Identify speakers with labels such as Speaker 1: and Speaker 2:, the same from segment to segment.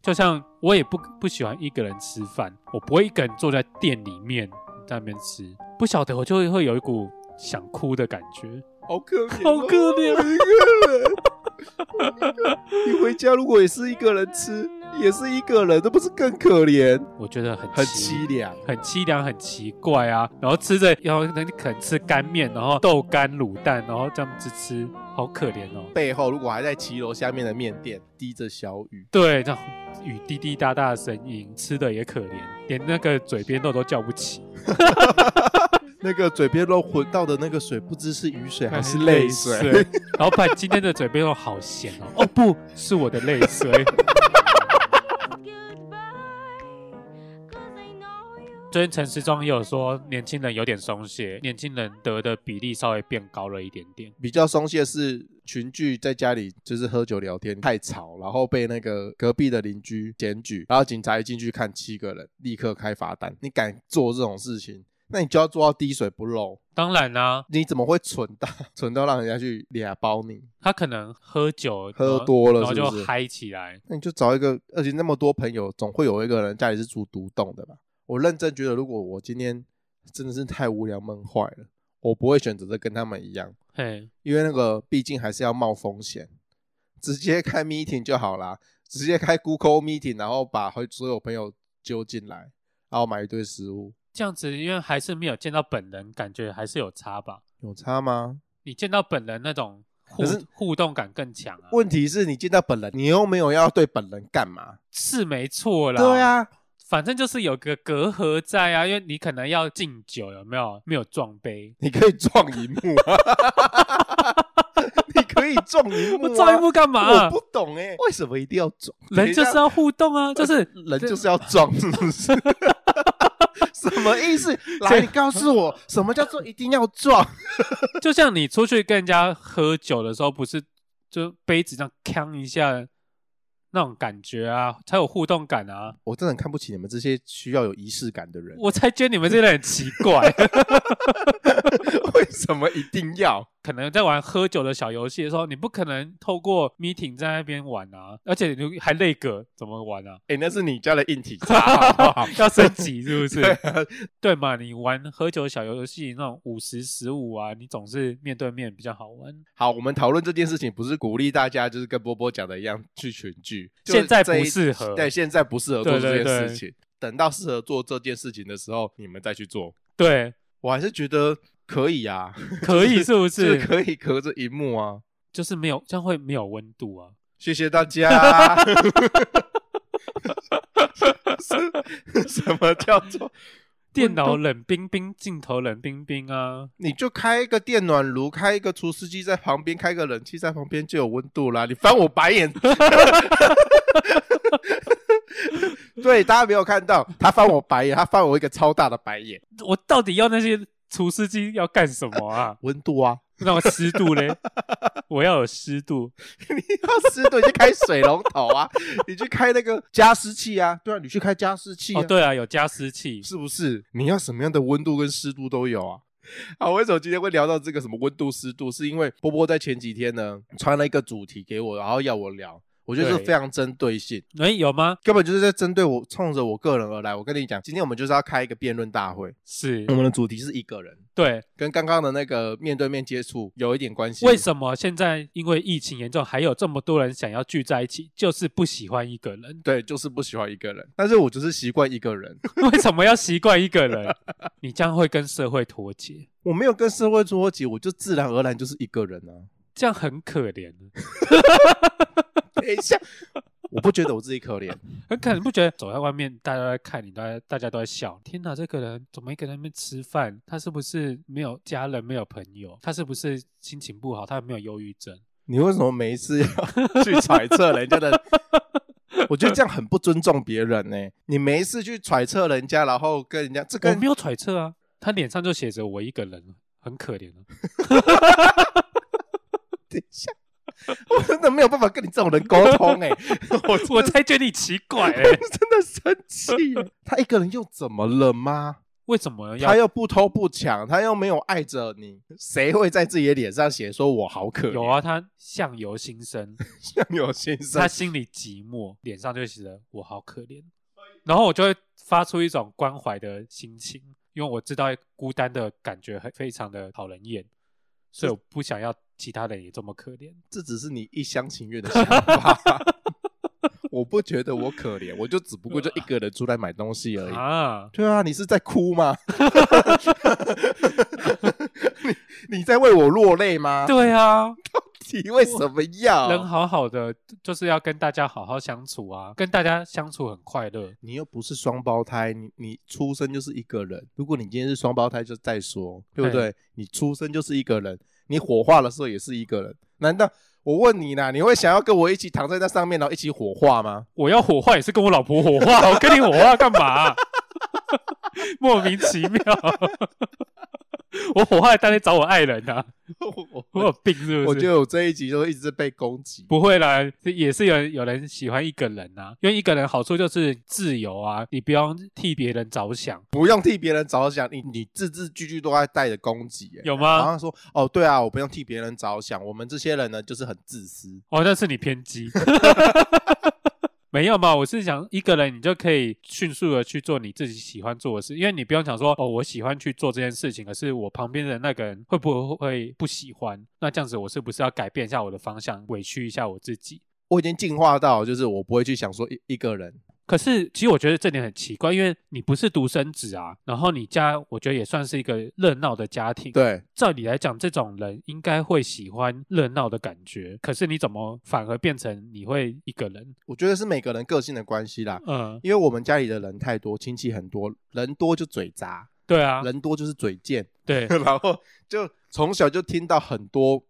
Speaker 1: 就像我也不不喜欢一个人吃饭，我不会一个人坐在店里面在那边吃，不晓得我就会有一股想哭的感觉，
Speaker 2: 好可怜、哦
Speaker 1: 好可怜
Speaker 2: 我一个人。 你回家如果也是一个人吃，也是一个人，那不是更可怜？
Speaker 1: 我觉得很
Speaker 2: 很
Speaker 1: 奇
Speaker 2: 凄凉。
Speaker 1: 很凄凉，很奇怪啊。然后吃着，然后那肯吃干面，然后豆干卤蛋，然后这样子吃，好可怜哦。
Speaker 2: 背后如果还在骑楼下面的面店滴着小雨，
Speaker 1: 对，这样雨滴滴答答的声音，吃的也可怜，连那个嘴边肉都叫不起，
Speaker 2: 那个嘴边肉混到的那个水，不知是雨水还是泪 水。。
Speaker 1: 老板今天的嘴边肉好咸哦，哦不是我的泪水。最近陈时中也有说，年轻人有点松懈，年轻人得的比例稍微变高了一点点。
Speaker 2: 比较松懈是群聚在家里就是喝酒聊天太吵，然后被那个隔壁的邻居检举，然后警察一进去看七个人，立刻开罚单。你敢做这种事情，那你就要做到滴水不漏。
Speaker 1: 当然啊啦、
Speaker 2: 你怎么会蠢到 蠢到让人家去俩包你？
Speaker 1: 他可能喝酒
Speaker 2: 喝多了
Speaker 1: 然后
Speaker 2: 是
Speaker 1: 然
Speaker 2: 不
Speaker 1: 后
Speaker 2: 是
Speaker 1: 就嗨起来。
Speaker 2: 那你就找一个，而且那么多朋友，总会有一个人家里是住独栋的吧？我认真觉得，如果我今天真的是太无聊闷坏了，我不会选择的跟他们一样，
Speaker 1: 嘿，
Speaker 2: 因为那个毕竟还是要冒风险，直接开 meeting 就好啦，直接开 Google meeting，然后把所有朋友揪进来，然后买一堆食物，
Speaker 1: 这样子，因为还是没有见到本人，感觉还是有差吧。
Speaker 2: 有差吗？
Speaker 1: 你见到本人那种互
Speaker 2: 可是
Speaker 1: 互动感更强啊。
Speaker 2: 问题是你见到本人，你又没有要对本人干嘛？
Speaker 1: 是没错啦。
Speaker 2: 对啊，
Speaker 1: 反正就是有个隔阂在啊，因为你可能要敬酒，有没有？没有撞杯，
Speaker 2: 你可以撞荧幕啊， 你可以撞荧幕、
Speaker 1: 我
Speaker 2: 啊，
Speaker 1: 撞一幕干嘛、
Speaker 2: 我不懂哎、为什么一定要撞？
Speaker 1: 人就是要互动 啊，就是
Speaker 2: 人就是要撞，是不是？ 什么意思？来，你告诉我，什么叫做一定要撞？
Speaker 1: 就像你出去跟人家喝酒的时候，不是就杯子这样锵一下那种感觉啊，才有互动感啊。
Speaker 2: 我真的很看不起你们这些需要有仪式感的人，
Speaker 1: 我才觉得你们这些人很奇怪，
Speaker 2: 为什么一定要？
Speaker 1: 可能在玩喝酒的小游戏的时候，你不可能透过 meeting 在那边玩啊，而且你还累个怎么玩啊？？
Speaker 2: 哎、那是你家的硬体差，好不好
Speaker 1: 要升级 是不是？
Speaker 2: 对啊
Speaker 1: 对嘛，你玩喝酒小游戏那种五十十五啊，你总是面对面比较好玩。
Speaker 2: 好，我们讨论这件事情，不是鼓励大家就是跟波波讲的一样去群聚，就
Speaker 1: 现在不
Speaker 2: 这一
Speaker 1: 适合
Speaker 2: 对，现在不适合
Speaker 1: 对
Speaker 2: 做这
Speaker 1: 对
Speaker 2: 件
Speaker 1: 对
Speaker 2: 事情，等到适合做这件事情的时候，你们再去做。
Speaker 1: 对，
Speaker 2: 我还是觉得可以啊，
Speaker 1: 可以是不
Speaker 2: 是
Speaker 1: 是？
Speaker 2: 可以隔着荧幕啊。
Speaker 1: 就是没有，这样会没有温度啊。
Speaker 2: 谢谢大家。 是什么叫做？
Speaker 1: 电脑冷冰冰，镜头冷冰冰啊。
Speaker 2: 你就开一个电暖炉，开一个除湿机在旁边，开个冷气在旁边就有温度啦。你翻我白眼。对，大家没有看到他翻我白眼，他翻我一个超大的白眼。？
Speaker 1: 我到底要那些除湿机要干什么啊
Speaker 2: 温度啊，
Speaker 1: 那么湿度嘞？我要有湿度。
Speaker 2: 你要湿度你去开水龙头啊，你去开那个加湿器啊，对啊，你去开加湿器啊
Speaker 1: 哦，，对啊，有加湿器。
Speaker 2: 是不是？你要什么样的温度跟湿度都有啊。好，为什么今天会聊到这个什么温度湿度？是因为波波在前几天呢传了一个主题给我，然后要我聊，我觉得是
Speaker 1: 对
Speaker 2: 非常针对性，
Speaker 1: 哎，有吗？
Speaker 2: 根本就是在针对我，冲着我个人而来。我跟你讲，今天我们就是要开一个辩论大会，
Speaker 1: 是
Speaker 2: 我，们的主题是一个人，
Speaker 1: 对。
Speaker 2: 跟刚刚的那个面对面接触有一点关系。
Speaker 1: 为什么现在因为疫情严重，还有这么多人想要聚在一起，就是不喜欢一个 人？
Speaker 2: 对，就是不喜欢一个人，但是我就是习惯一个人，
Speaker 1: 为什么要习惯一个人？你这样会跟社会脱节，
Speaker 2: 我没有跟社会脱节，我就自然而然就是一个人啊。
Speaker 1: 这样很可怜。啊
Speaker 2: 等一下， 我不觉得我自己可怜，
Speaker 1: 很可能不觉得走在外面，大家都在看你，大家大家都在笑。天哪，这个人怎么一个人在那边吃饭？他是不是没有家人，没有朋友？他是不是心情不好？他有没有忧郁症？
Speaker 2: 你为什么每一次要 去揣测人家的？ 我觉得这样很不尊重别人呢、你每一次去揣测人家，然后跟人家这
Speaker 1: 我
Speaker 2: 跟
Speaker 1: 没有揣测啊，他脸上就写着我一个人，很可怜 啊。
Speaker 2: 我 真的没有办法跟你这种人沟 通哎、我真的
Speaker 1: 我才觉得你奇怪、欸，
Speaker 2: 真的生气欸、他一个人又怎么了吗？
Speaker 1: 为什么要
Speaker 2: 他又不偷不抢，他又没有碍着你，谁会在自己的脸上写说我好可怜？
Speaker 1: 有，啊？他相由心生，
Speaker 2: 像有先生
Speaker 1: 他，心里寂寞，脸上就写着“我好可怜”，然后我就会发出一种关怀的心情，因为我知道孤单的感觉很非常的讨人厌，所以我不想要其他人也这么可怜。
Speaker 2: 这只是你一厢情愿的想法。 我不觉得我可怜，我就只不过就一个人出来买东西而已。
Speaker 1: 啊，
Speaker 2: 对啊，你是在哭 吗？你你在为我落泪吗？
Speaker 1: 对啊，
Speaker 2: 你为什么
Speaker 1: 人
Speaker 2: 要？
Speaker 1: 好好的就是要跟大家好好相处啊，跟大家相处很快乐。
Speaker 2: 你又不是双胞胎，你你出生就是一个人。如果你今天是双胞胎，就再说，对不对？你出生就是一个人，你火化的时候也是一个人。难道我问你啦，你会想要跟我一起躺在那上面，然后一起火化 吗？
Speaker 1: 我要火化也是跟我老婆火化，我跟你火化干嘛、 莫名其妙。 我火化还单来找我爱人啊，
Speaker 2: 我
Speaker 1: 我有病是不是？
Speaker 2: 我觉得我这一集就一直被攻击。
Speaker 1: 不会啦，也是有人有人喜欢一个人啊，因为一个人好处就是自由啊，你不用替别人着想，
Speaker 2: 不用替别人着想，你你字字句句都在带着攻击、欸，
Speaker 1: 有
Speaker 2: 好
Speaker 1: 吗？
Speaker 2: 像说哦，对啊，我不用替别人着想，我们这些人呢就是很自私。
Speaker 1: 哦，那是你偏激。没有嘛，我是想一个人，你就可以迅速的去做你自己喜欢做的事，因为你不用想说哦，我喜欢去做这件事情，可是我旁边的那个人会不会不喜欢？那这样子，我是不是要改变一下我的方向，委屈一下我自己？
Speaker 2: 我已经进化到，就是我不会去想说一一个人，
Speaker 1: 可是，其实我觉得这点很奇怪，因为你不是独生子啊，然后你家我觉得也算是一个热闹的家庭，
Speaker 2: 对
Speaker 1: 照理来讲，这种人应该会喜欢热闹的感觉，可是你怎么反而变成你会一个人？
Speaker 2: 我觉得是每个人个性的关系啦。
Speaker 1: 嗯，
Speaker 2: 因为我们家里的人太多，亲戚很多，人多就嘴杂，
Speaker 1: 对啊，
Speaker 2: 人多就是嘴贱，
Speaker 1: 对
Speaker 2: 然后就从小就听到很多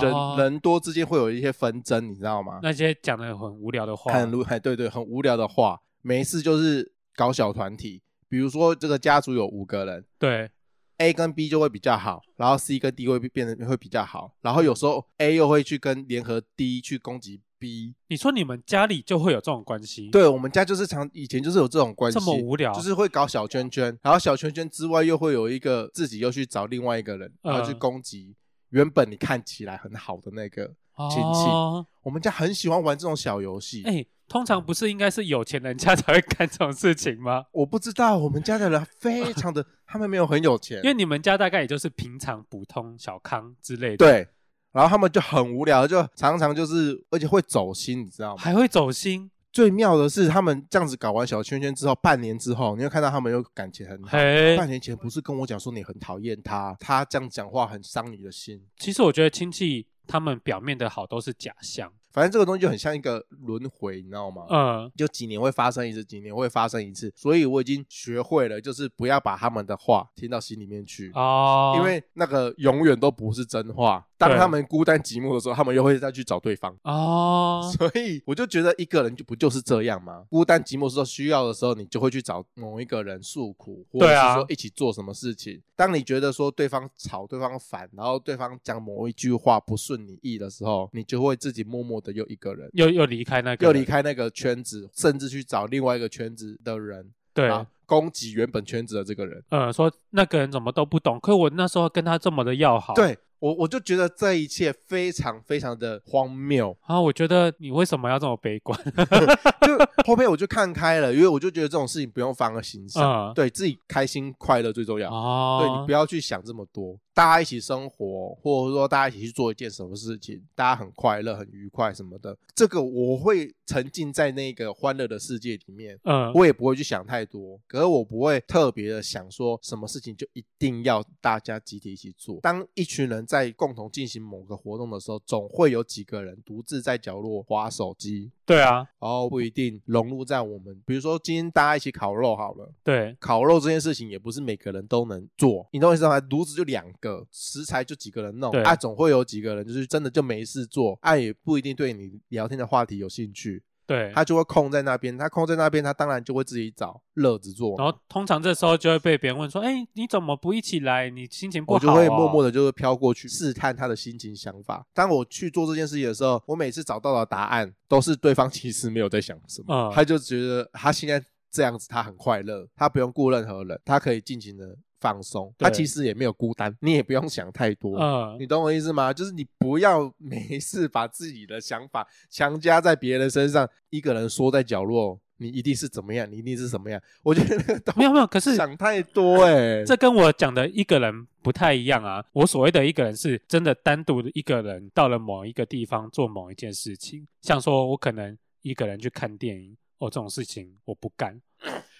Speaker 2: 人、
Speaker 1: 哦
Speaker 2: 人多之间会有一些纷争，你知道吗？
Speaker 1: 那些讲的很无聊的话，
Speaker 2: 很无，哎，对对，很无聊的话，没事就是搞小团体。比如说这个家族有五个人
Speaker 1: 对，
Speaker 2: ，A 跟 B 就会比较好，然后 C 跟 D 会变得会比较好，然后有时候 A 又会去跟联合 D 去攻击 B。
Speaker 1: 你说你们家里就会有这种关系，，
Speaker 2: 对我们家就是常以前就是有这种关系，
Speaker 1: 这么无聊，
Speaker 2: 就是会搞小圈圈，然后小圈圈之外又会有一个自己又去找另外一个人，然后去
Speaker 1: 嗯
Speaker 2: 攻击原本你看起来很好的那个。亲戚
Speaker 1: 哦，
Speaker 2: 我们家很喜欢玩这种小游戏，
Speaker 1: 哎，通常不是应该是有钱人家才会干这种事情吗？
Speaker 2: 我不知道我们家的人非 常的，他们没有很有钱，
Speaker 1: 因为你们家大概也就是平常普通小康之类的，，
Speaker 2: 对，然后他们就很无聊，就常常就是，而且会走心，你知道吗？
Speaker 1: 还会走心，
Speaker 2: 最妙的是，他们这样子搞完小圈圈之后，半年之后，你会看到他们又感情很好。
Speaker 1: 嘿，
Speaker 2: 半年前嗯不是跟我讲说你很讨厌他，他这样讲话很伤你的心。
Speaker 1: 其实我觉得亲戚他们表面的好都是假象，
Speaker 2: 反正这个东西就很像一个轮回，你知道吗？
Speaker 1: 嗯，
Speaker 2: 就几年会发生一次，几年会发生一次，所以我已经学会了，就是不要把他们的话听到心里面去。
Speaker 1: 哦，
Speaker 2: 因为那个永远都不是真话。当
Speaker 1: 对
Speaker 2: 他们孤单寂寞的时候，他们又会再去找对方。
Speaker 1: 哦，
Speaker 2: 所以我就觉得一个人就不就是这样吗？孤单寂寞的时候需要的时候，你就会去找某一个人诉苦，或者
Speaker 1: 对啊
Speaker 2: 是说一起做什么事情。当你觉得说对方吵、对方烦，然后对方讲某一句话不顺你意的时候，你就会自己默默的又一个人。
Speaker 1: 又又离开那个，
Speaker 2: 又离，开那个圈子，甚至去找另外一个圈子的人，
Speaker 1: 对，
Speaker 2: 啊，攻击原本圈子的这个人。
Speaker 1: 嗯，说那个人怎么都不懂，可我那时候跟他这么的要好，，
Speaker 2: 对我，我就觉得这一切非常非常的荒谬。
Speaker 1: 啊，我觉得你为什么要这么悲观？
Speaker 2: 就后面我就看开了，因为我就觉得这种事情不用放在心上，
Speaker 1: 嗯，
Speaker 2: 对自己开心快乐最重要。
Speaker 1: 哦，
Speaker 2: 对你不
Speaker 1: 要，
Speaker 2: 要去想这么多，大家一起生活，或者说大家一起去做一件什么事情，大家很快乐、很愉快什么的，这个我会沉浸在那个欢乐的世界里面，
Speaker 1: 嗯，
Speaker 2: 我也不会去想太多，可是我不会特别的想说什么事情就一定要大家集体一起做。当一群人在共同进行某个活动的时候，总会有几个人独自在角落划手机，
Speaker 1: 对啊，
Speaker 2: 然后不一定融入在我们，比如说今天大家一起烤肉好了。
Speaker 1: 对，
Speaker 2: 烤肉这件事情也不是每个人都能做，你懂我意思吗？炉子就两个，食材就几个人弄，
Speaker 1: 对
Speaker 2: 啊，总会有几个人就是真的就没事做，啊，也不一定对你聊天的话题有兴趣，
Speaker 1: 对，
Speaker 2: 他就会空在那边，他空在那边，他当然就会自己找乐子做。
Speaker 1: 然后通常这时候就会被别人问说，哎，你怎么不一起来？你心情不
Speaker 2: 我
Speaker 1: 好，啊
Speaker 2: 就会默默
Speaker 1: 的，
Speaker 2: 的，就是飘过去试探他的心情想法。当我去做这件事情的时候，我每次找到的答案都是对方其实没有在想什么，
Speaker 1: 嗯
Speaker 2: 他就觉得他现在这样子他很快乐，他不用顾任何人，他可以尽情的放松，
Speaker 1: 对
Speaker 2: 他其实也没有孤单，你也不用想太多。
Speaker 1: 嗯，
Speaker 2: 你懂我意思吗？就是你不要没事把自己的想法强加在别人身上，一个人缩在角落，你一定是怎么样，你一定是什么样。我觉得那个东
Speaker 1: 没有没有，可是
Speaker 2: 想太多哎、
Speaker 1: 这跟我讲的一个人不太一样啊。我所谓的一个人，是真的单独的一个人到了某一个地方做某一件事情，像说我可能一个人去看电影，哦，这种事情我不 干。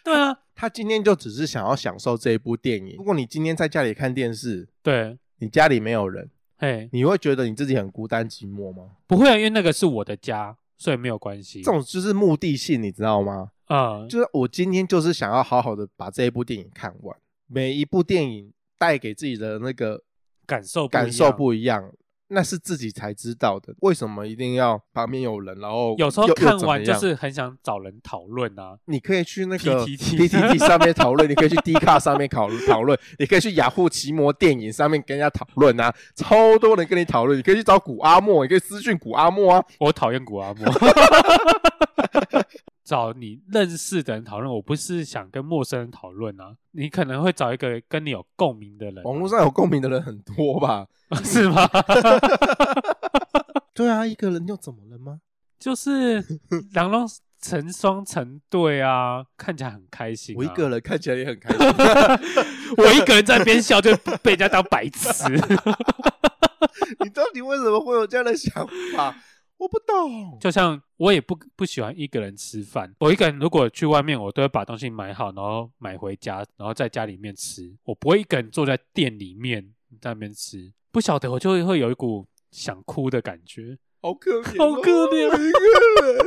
Speaker 1: 对啊，
Speaker 2: 他今天就只是想要享受这一部电影。如果你今天在家里看电视，
Speaker 1: 对，
Speaker 2: 你家里没有人，
Speaker 1: 嘿，
Speaker 2: 你会觉得你自己很孤单寂寞吗？
Speaker 1: 不会啊，因为那个是我的家，所以没有关系。
Speaker 2: 这种就是目的性，你知道吗？
Speaker 1: 嗯，
Speaker 2: 就是我今天就是想要好好的把这一部电影看完，每一部电影带给自己的那个
Speaker 1: 感受不一样
Speaker 2: 感受不一样，那是自己才知道的。为什么一定要旁边有人？然后
Speaker 1: 有时候
Speaker 2: 又
Speaker 1: 看完就，
Speaker 2: 又怎么样
Speaker 1: 是很想找人讨论啊。
Speaker 2: 你可以去那个
Speaker 1: PTT
Speaker 2: PTT 上面讨论，你可以去 D 卡上面讨讨论，你可以去雅虎奇摩电影上面跟人家讨论啊，超多人跟你讨论。你可以去找古阿莫，你可以私讯古阿莫啊，
Speaker 1: 我讨厌古阿莫。 找你认识的人讨论，我不是想跟陌生人讨论啊。你可能会找一个跟你有共鸣的人啊，
Speaker 2: 网络上有共鸣的人很多吧？
Speaker 1: 是吗？
Speaker 2: 对啊，一个人又怎么了吗？
Speaker 1: 就是两龙成双成对啊，看起来很开心、啊。
Speaker 2: 我一个人看起来也很开心，
Speaker 1: 我一个人在那边笑，就被人家当白痴。
Speaker 2: 你到底为什么会有这样的想法？我不懂。
Speaker 1: 就像我也不不喜欢一个人吃饭，我一个人如果去外面，我都会把东西买好，然后买回家，然后在家里面吃。我不会一个人坐在店里面在那边吃，不晓得我就会会有一股想哭的感觉。
Speaker 2: 好可怜、哦
Speaker 1: 好可怜
Speaker 2: 我一个人，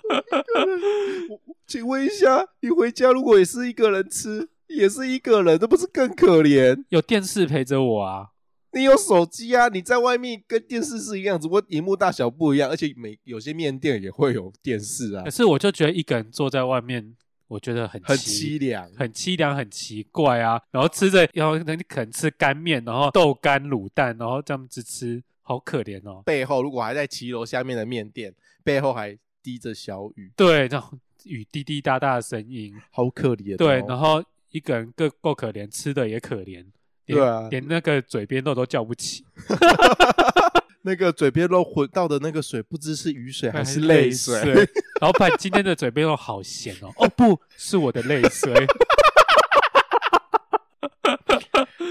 Speaker 2: 我一个人。我请问一下，你回家如果也是一个人吃，也是一个人，那不是更可怜？
Speaker 1: 有电视陪着我啊，
Speaker 2: 你有手机啊，你在外面跟电视是一样，只不过荧幕大小不一样，而且每有些面店也会有电视啊
Speaker 1: 可，是我就觉得一个人坐在外面，我觉得很
Speaker 2: 很
Speaker 1: 凄
Speaker 2: 凄凉。
Speaker 1: 很凄凉，很奇怪啊。然后吃着，然后可能可能吃干面，然后豆干卤蛋，然后这样子吃，好可怜哦。
Speaker 2: 背后如果还在骑楼下面的面店，背后还滴着小雨，
Speaker 1: 对，这种雨滴滴答答的声音，
Speaker 2: 好可怜、哦。
Speaker 1: 对，然后一个人够够可怜，吃的也可怜，连
Speaker 2: 对啊
Speaker 1: 连那个嘴边肉都叫不起，
Speaker 2: 那个嘴边肉混到的那个水，不知是雨水还是泪
Speaker 1: 泪
Speaker 2: 水。。
Speaker 1: 老板今天的嘴边肉好咸哦，哦不是我的泪水，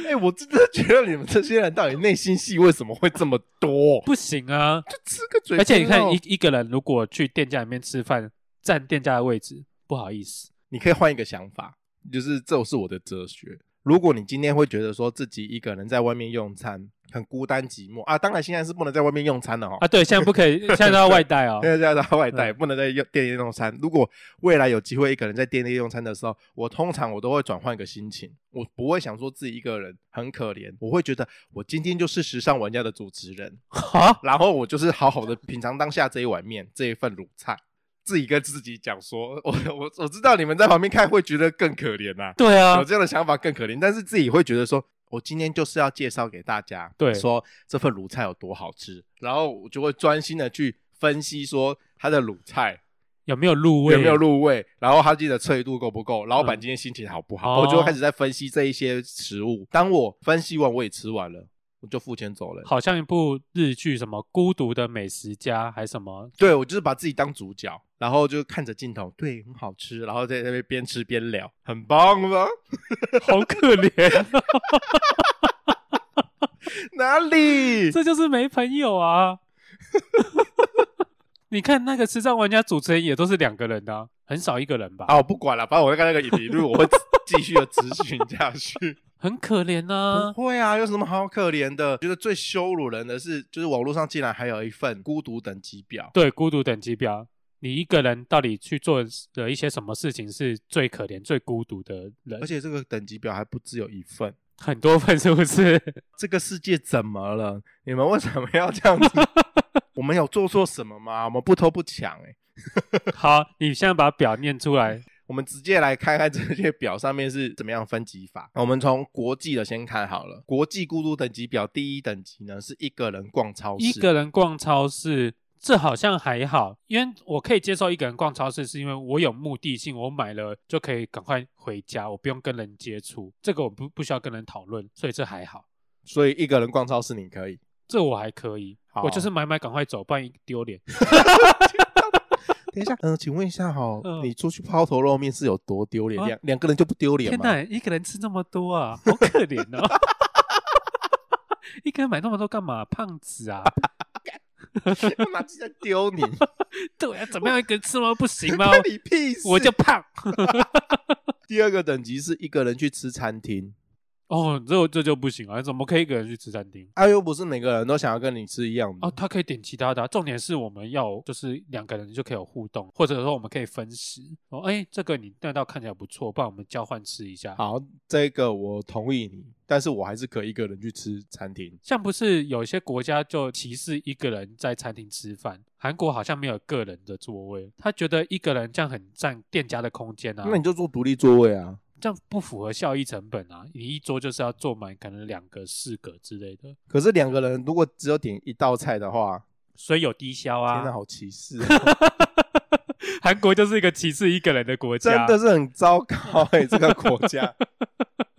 Speaker 2: 哎、我真的觉得你们这些人到底内心戏为什么会这么 多？
Speaker 1: 不行啊！
Speaker 2: 就吃个嘴
Speaker 1: 而
Speaker 2: 边
Speaker 1: 且
Speaker 2: 肉，
Speaker 1: 你看一一个人如果去店家里面吃饭，占店家的位置，不好意思，
Speaker 2: 你可以换一个想法，就是这是我的哲学。如果你今天会觉得说自己一个人在外面用餐很孤单寂寞啊，当然现在是不能在外面用餐了哦。
Speaker 1: 啊，对，现在不可 以，现在都要外带哦
Speaker 2: 现。在在家外带，不能在用店内用餐。如果未来有机会一个人在店内用餐的时候，我通常我都会转换一个心情，我不会想说自己一个人很可怜，我会觉得我今天就是时尚玩家的主持人，
Speaker 1: 好，
Speaker 2: 然后我就是好好的品尝当下这一碗面，这一份卤菜，自己跟自己讲说，我我我知道你们在旁边看会觉得更可怜呐、
Speaker 1: 对啊
Speaker 2: 有，这样的想法更可怜，但是自己会觉得说，我今天就是要介绍给大家，
Speaker 1: 对
Speaker 2: 说这份卤菜有多好吃，然后我就会专心的去分析说它的卤菜
Speaker 1: 有没有入味？
Speaker 2: 有没有？入味，然后它自己的脆度够不够，老板
Speaker 1: 嗯
Speaker 2: 今天心情好不好，
Speaker 1: 哦
Speaker 2: 我就会开始在分析这一些食物。当我分析完，我也吃完了，我就付钱走了。
Speaker 1: 好像一部日剧，什么《孤独的美食家》还什么？
Speaker 2: 对我就是把自己当主角，然后就看着镜头，对，很好吃，然后在那边边吃边聊，很棒吗？
Speaker 1: 好可怜。哦
Speaker 2: 哪 里？
Speaker 1: 这就是没朋友啊！ 你看那个时尚玩家主持人也都是两个人的啊、很少一个人吧？
Speaker 2: 啊，我不管了，反正我会看那个理论，我会继续的咨询下去。
Speaker 1: 很可怜啊！
Speaker 2: 不会啊，有什么好可怜的？觉得最羞辱人的是，就是网络上竟然还有一份孤独等级表。
Speaker 1: 对，孤独等级表，你一个人到底去做的一些什么事情是最可怜、最孤独的人
Speaker 2: 而？且这个等级表还不只有一份，
Speaker 1: 很多份是不是？
Speaker 2: 这个世界怎么了？你们为什么要这样子？ 我们有做错什么吗？我们不偷不抢、欸，
Speaker 1: 好，你现在把表念出来。
Speaker 2: 我们直接来看看这些表上面是怎么样分级法。我们从国际的先看好了，国际孤独等级表第一等级呢是一个人逛超市，
Speaker 1: 一个人逛超市，这好像还好，因为我可以接受一个人逛超市，是因为我有目的性，我买了就可以赶快回家，我不用跟人接触，这个我不不需要跟人讨论，所以这还好，
Speaker 2: 所以一个人逛超市你可以，
Speaker 1: 这我还可以。
Speaker 2: 好
Speaker 1: 我就是买买赶快走，不然丢脸。
Speaker 2: 等一下，嗯、请问一下哈、
Speaker 1: 嗯
Speaker 2: 你出去抛头露面是有多丢脸？
Speaker 1: 啊
Speaker 2: 两两个人就不丢脸
Speaker 1: 天
Speaker 2: 吗？
Speaker 1: 哪，一个人吃那么多啊，好可怜哦！ 一个人买那么多干嘛？胖子啊！
Speaker 2: 拿鸡在丢你，
Speaker 1: 对啊，怎么样一个人吃那么多不 行 吗？
Speaker 2: 关你屁事！
Speaker 1: 我就胖。
Speaker 2: 第二个等级是一个人去吃餐厅，
Speaker 1: 哦，这这就不行啊！怎么可以一个人去吃餐厅？
Speaker 2: 啊，又不是每个人都想要跟你吃一样的。
Speaker 1: 哦，他可以点其他的啊、重点是我们要就是两个人就可以有互动，或者说我们可以分食。哦，哎，这个你那道看起来不错，不然我们交换吃一下。
Speaker 2: 好，这个我同意你，但是我还是可以一个人去吃餐厅。
Speaker 1: 像不是有些国家就歧视一个人在餐厅吃饭，韩国好像没有个人的座位，他觉得一个人这样很占店家的空间啊，
Speaker 2: 那你就做独立座位啊。
Speaker 1: 这样不符合效益成本啊，你一桌就是要坐满可能两个、四个之类的，
Speaker 2: 可是两个人如果只有点一道菜的话，
Speaker 1: 所以有低消
Speaker 2: 天哪，
Speaker 1: 啊。
Speaker 2: 好歧视啊、
Speaker 1: 韩国就是一个歧视一个人的国家，
Speaker 2: 真的是很 糟糕哎、这个国家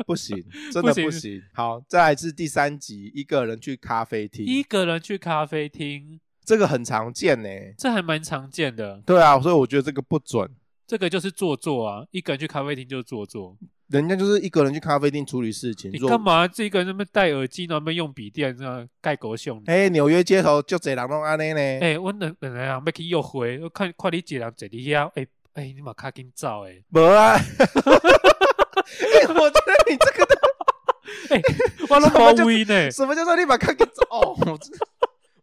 Speaker 2: 不行，真的
Speaker 1: 不行
Speaker 2: 不行。好，再来是第三集，一个人去咖啡
Speaker 1: 一
Speaker 2: 厅，
Speaker 1: 个人去咖啡厅，
Speaker 2: 这个很常见呢、欸
Speaker 1: 这还蛮常见的。
Speaker 2: 对啊，所以我觉得这个不准。
Speaker 1: 这个就是做作啊，一个人去咖啡厅就是做作。
Speaker 2: 人家就是一个人去咖啡厅处理事情，
Speaker 1: 你
Speaker 2: 做
Speaker 1: 干嘛自己一个人那边戴耳机，然后那边用笔电，这样盖狗熊？
Speaker 2: 哎、纽约街头就这人拢安尼呢。
Speaker 1: 哎、我两两个人要去约会，我看看你一个人坐伫遐，哎、哎、你嘛较紧走诶，
Speaker 2: 无啊！ 哎、我觉得你这个
Speaker 1: 我拢
Speaker 2: 什么
Speaker 1: 无
Speaker 2: 叫，
Speaker 1: 位呢
Speaker 2: 什么叫做立马看个哦，我真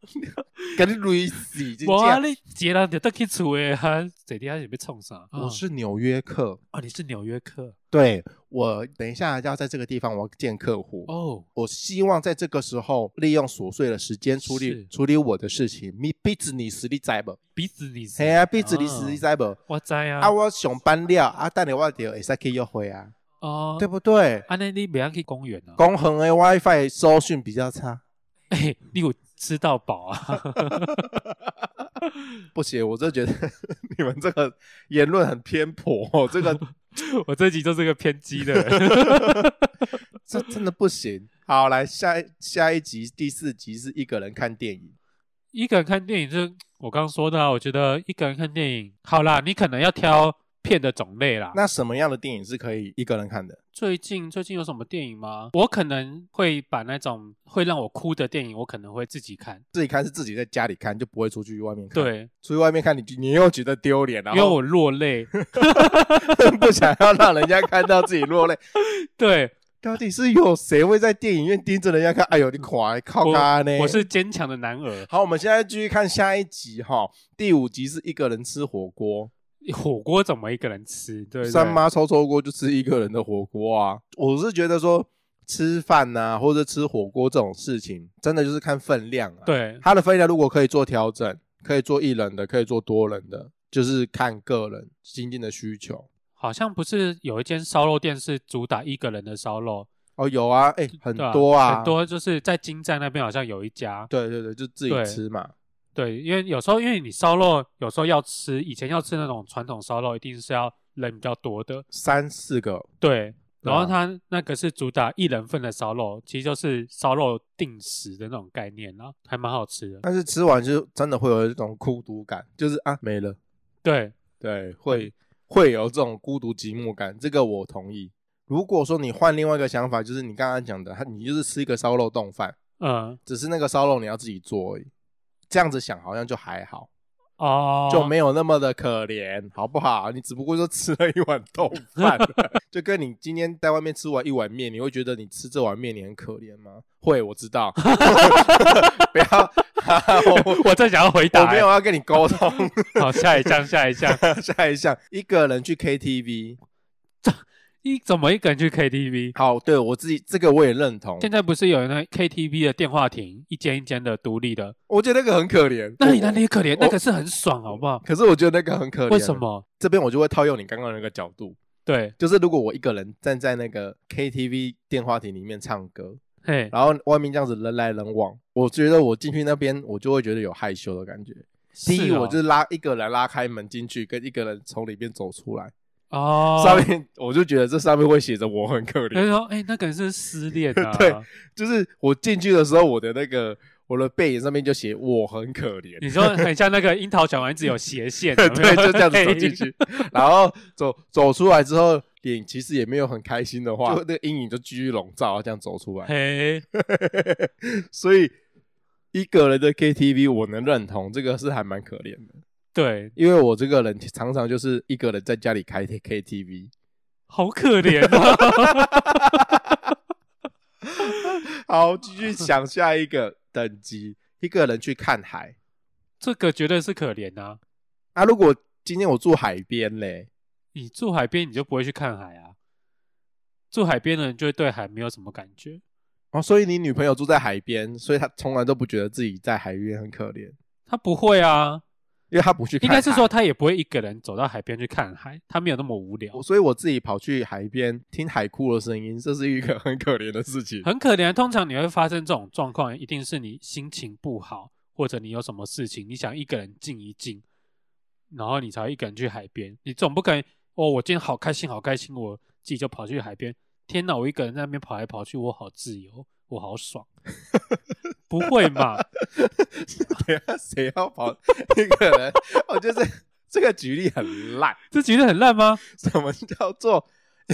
Speaker 2: 的感觉累死，真
Speaker 1: 无啊，
Speaker 2: 的。
Speaker 1: 你一个人就倒去厝诶，哈、坐伫遐是要创啥？
Speaker 2: 我
Speaker 1: 啊
Speaker 2: 是纽约客，
Speaker 1: 哦，你是纽约客
Speaker 2: 对我等一下要在这个地方我要见客户，
Speaker 1: 哦，
Speaker 2: 我希望在这个时候利用琐碎的时间处理
Speaker 1: 是
Speaker 2: 处理我的事情。你逼着你实力在不？
Speaker 1: 鼻子你是
Speaker 2: 嘿啊，逼着你
Speaker 1: 啊
Speaker 2: 实力在不？
Speaker 1: 我知啊，
Speaker 2: 啊，我上班了啊，等下我就会使去约会啊，
Speaker 1: 哦，
Speaker 2: 对不对？
Speaker 1: 安尼你袂晓去公园啊？
Speaker 2: 公园的 WiFi 收讯比较差。
Speaker 1: 哎、你有吃到饱啊？
Speaker 2: 不行，我真的觉得 你们这个言论很偏颇、哦，这个
Speaker 1: 我这集就是个偏激的 人。
Speaker 2: 这真的不行。好，来下一下一集第四集是一个人看电影，
Speaker 1: 一个人看电影就是我刚说的、啊，我觉得一个人看电影，好啦，你可能要挑片的种类啦。
Speaker 2: 那什么样的电影是可以一个人看的？
Speaker 1: 最近最近有什么电影吗？我可能会把那种会让我哭的电影，我可能会自己看。
Speaker 2: 自己看是自己在家里看，就不会出去外面看。，
Speaker 1: 对，
Speaker 2: 出去外面看你你又觉得丢脸， 然
Speaker 1: 因为
Speaker 2: 后
Speaker 1: 我落 泪。
Speaker 2: 不想要让人家看到自己落泪。
Speaker 1: 对，
Speaker 2: 到底是有谁会在电影院盯着人家看？哎呦，你垮靠咖呢？
Speaker 1: 我是坚强的男儿。
Speaker 2: 好，我们现在继续看下一集哈，第五集是一个人吃火锅。
Speaker 1: 火锅怎么一个人吃？对不对，
Speaker 2: 三妈抽抽锅就吃一个人的火锅啊。我是觉得说吃饭呐、或者吃火锅这种事情，真的就是看分量啊。，
Speaker 1: 对
Speaker 2: 它的分量如果可以做调整，可以做一人的，可以做多人的，就是看个人经济的需求。
Speaker 1: 好像不是有一间烧肉店是主打一个人的烧肉，
Speaker 2: 哦，有啊，哎、很
Speaker 1: 对吧
Speaker 2: 多啊，
Speaker 1: 很。多就是在金站那边好像有一家，
Speaker 2: 对对对，就自己
Speaker 1: 对
Speaker 2: 吃嘛。
Speaker 1: 对，因为有时候因为你烧肉，有时候要吃，以前要吃那种传统烧肉，一定是要人比较多的，
Speaker 2: 三四个，
Speaker 1: 对。
Speaker 2: 对
Speaker 1: 然
Speaker 2: 啊
Speaker 1: 后它那个是主打一人份的烧肉，其实就是烧肉定时的那种概念啊，还蛮好吃的。
Speaker 2: 但是吃完就真的会有一种孤独感，就是啊没了，
Speaker 1: 对，
Speaker 2: 对，会会有这种孤独寂寞感，这个我同意。如果说你换另外一个想法，就是你刚刚讲的，他你就是吃一个烧肉冻饭，
Speaker 1: 嗯，
Speaker 2: 只是那个烧肉你要自己做而已。这样子想好像就还好，
Speaker 1: 哦，
Speaker 2: 就没有那么的可怜，好不好？你只不过说吃了一碗冻 饭，就跟你今天在外面吃完一碗面，你会觉得你吃这碗面你很可怜吗？会，我知 道，不要，我
Speaker 1: 我正想要回答、
Speaker 2: 我没有要跟你沟通。
Speaker 1: 欸。好，下一项，下一项，
Speaker 2: 下一项，一个人去 KTV，
Speaker 1: 你怎么一个人去 KTV？
Speaker 2: 好，对我自己这个我也认同，
Speaker 1: 现在不是有那 KTV 的电话亭，一间一间的独立的，
Speaker 2: 我觉得那个很可怜。
Speaker 1: 那你
Speaker 2: 我
Speaker 1: 那里也可怜
Speaker 2: 我，
Speaker 1: 那个是很爽，好不好？
Speaker 2: 可是我觉得那个很可怜。
Speaker 1: 为什？么？
Speaker 2: 这边我就会套用你刚刚那个角度，
Speaker 1: 对，
Speaker 2: 就是如果我一个人站在那个 KTV 电话亭里面唱歌，
Speaker 1: 嘿，
Speaker 2: 啊然后外面这样子人来人往，我觉得我进去那边我就会觉得有害羞的感觉。第一，
Speaker 1: 是哦
Speaker 2: 我就是拉一个人拉开门进去，跟一个人从里面走出来，
Speaker 1: 哦，
Speaker 2: 上面我就觉得这上面会写着我很可
Speaker 1: 他就
Speaker 2: 怜。
Speaker 1: 说，哎、那个人是失恋啊，
Speaker 2: 对就是我进去的时候，我的那个我的背影上面就写我很可怜。
Speaker 1: 你说很像那个樱桃小丸子有斜线，有没有
Speaker 2: 对，就这样子走进，去， 然后走走出来之后，脸其实也没有很开心的话，就那个阴影就继续笼罩，这样走出来。
Speaker 1: 嘿，
Speaker 2: 所以一个人的 KTV 我能认同，这个是还蛮可怜的，
Speaker 1: 对，
Speaker 2: 因为我这个人常常就是一个人在家里开 KTV，
Speaker 1: 好可怜 啊，
Speaker 2: 好，继续想下一个等级，一个人去看海
Speaker 1: 这个绝对是可怜啊。
Speaker 2: 啊。如果今天我住海边嘞，
Speaker 1: 你住海边，你就不会去看海啊。住海边的人就会对海没有什么感觉，
Speaker 2: 哦，所以你女朋友住在海边，所以她从来都不觉得自己在海边很可怜，
Speaker 1: 他不会啊，
Speaker 2: 因为她不去
Speaker 1: 应
Speaker 2: 看海。
Speaker 1: 该是说他也不会一个人走到海边去看海，他没有那么无聊
Speaker 2: 我，所以我自己跑去海边听海哭的声音，这是一个很可怜的事情。
Speaker 1: 很可怜。通常你会发生这种状况，一定是你心情不好，或者你有什么事情，你想一个人静一静，然后你才会一个人去海边。你总不可能哦，我今天好开心，好开心，我自己就跑去海边。天哪，我一个人在那边跑来跑去，我好自由，我好爽，不会嘛？
Speaker 2: 等一下谁要跑一个人？我觉得这这个举例很烂。
Speaker 1: 这觉得很烂吗？
Speaker 2: 什么叫做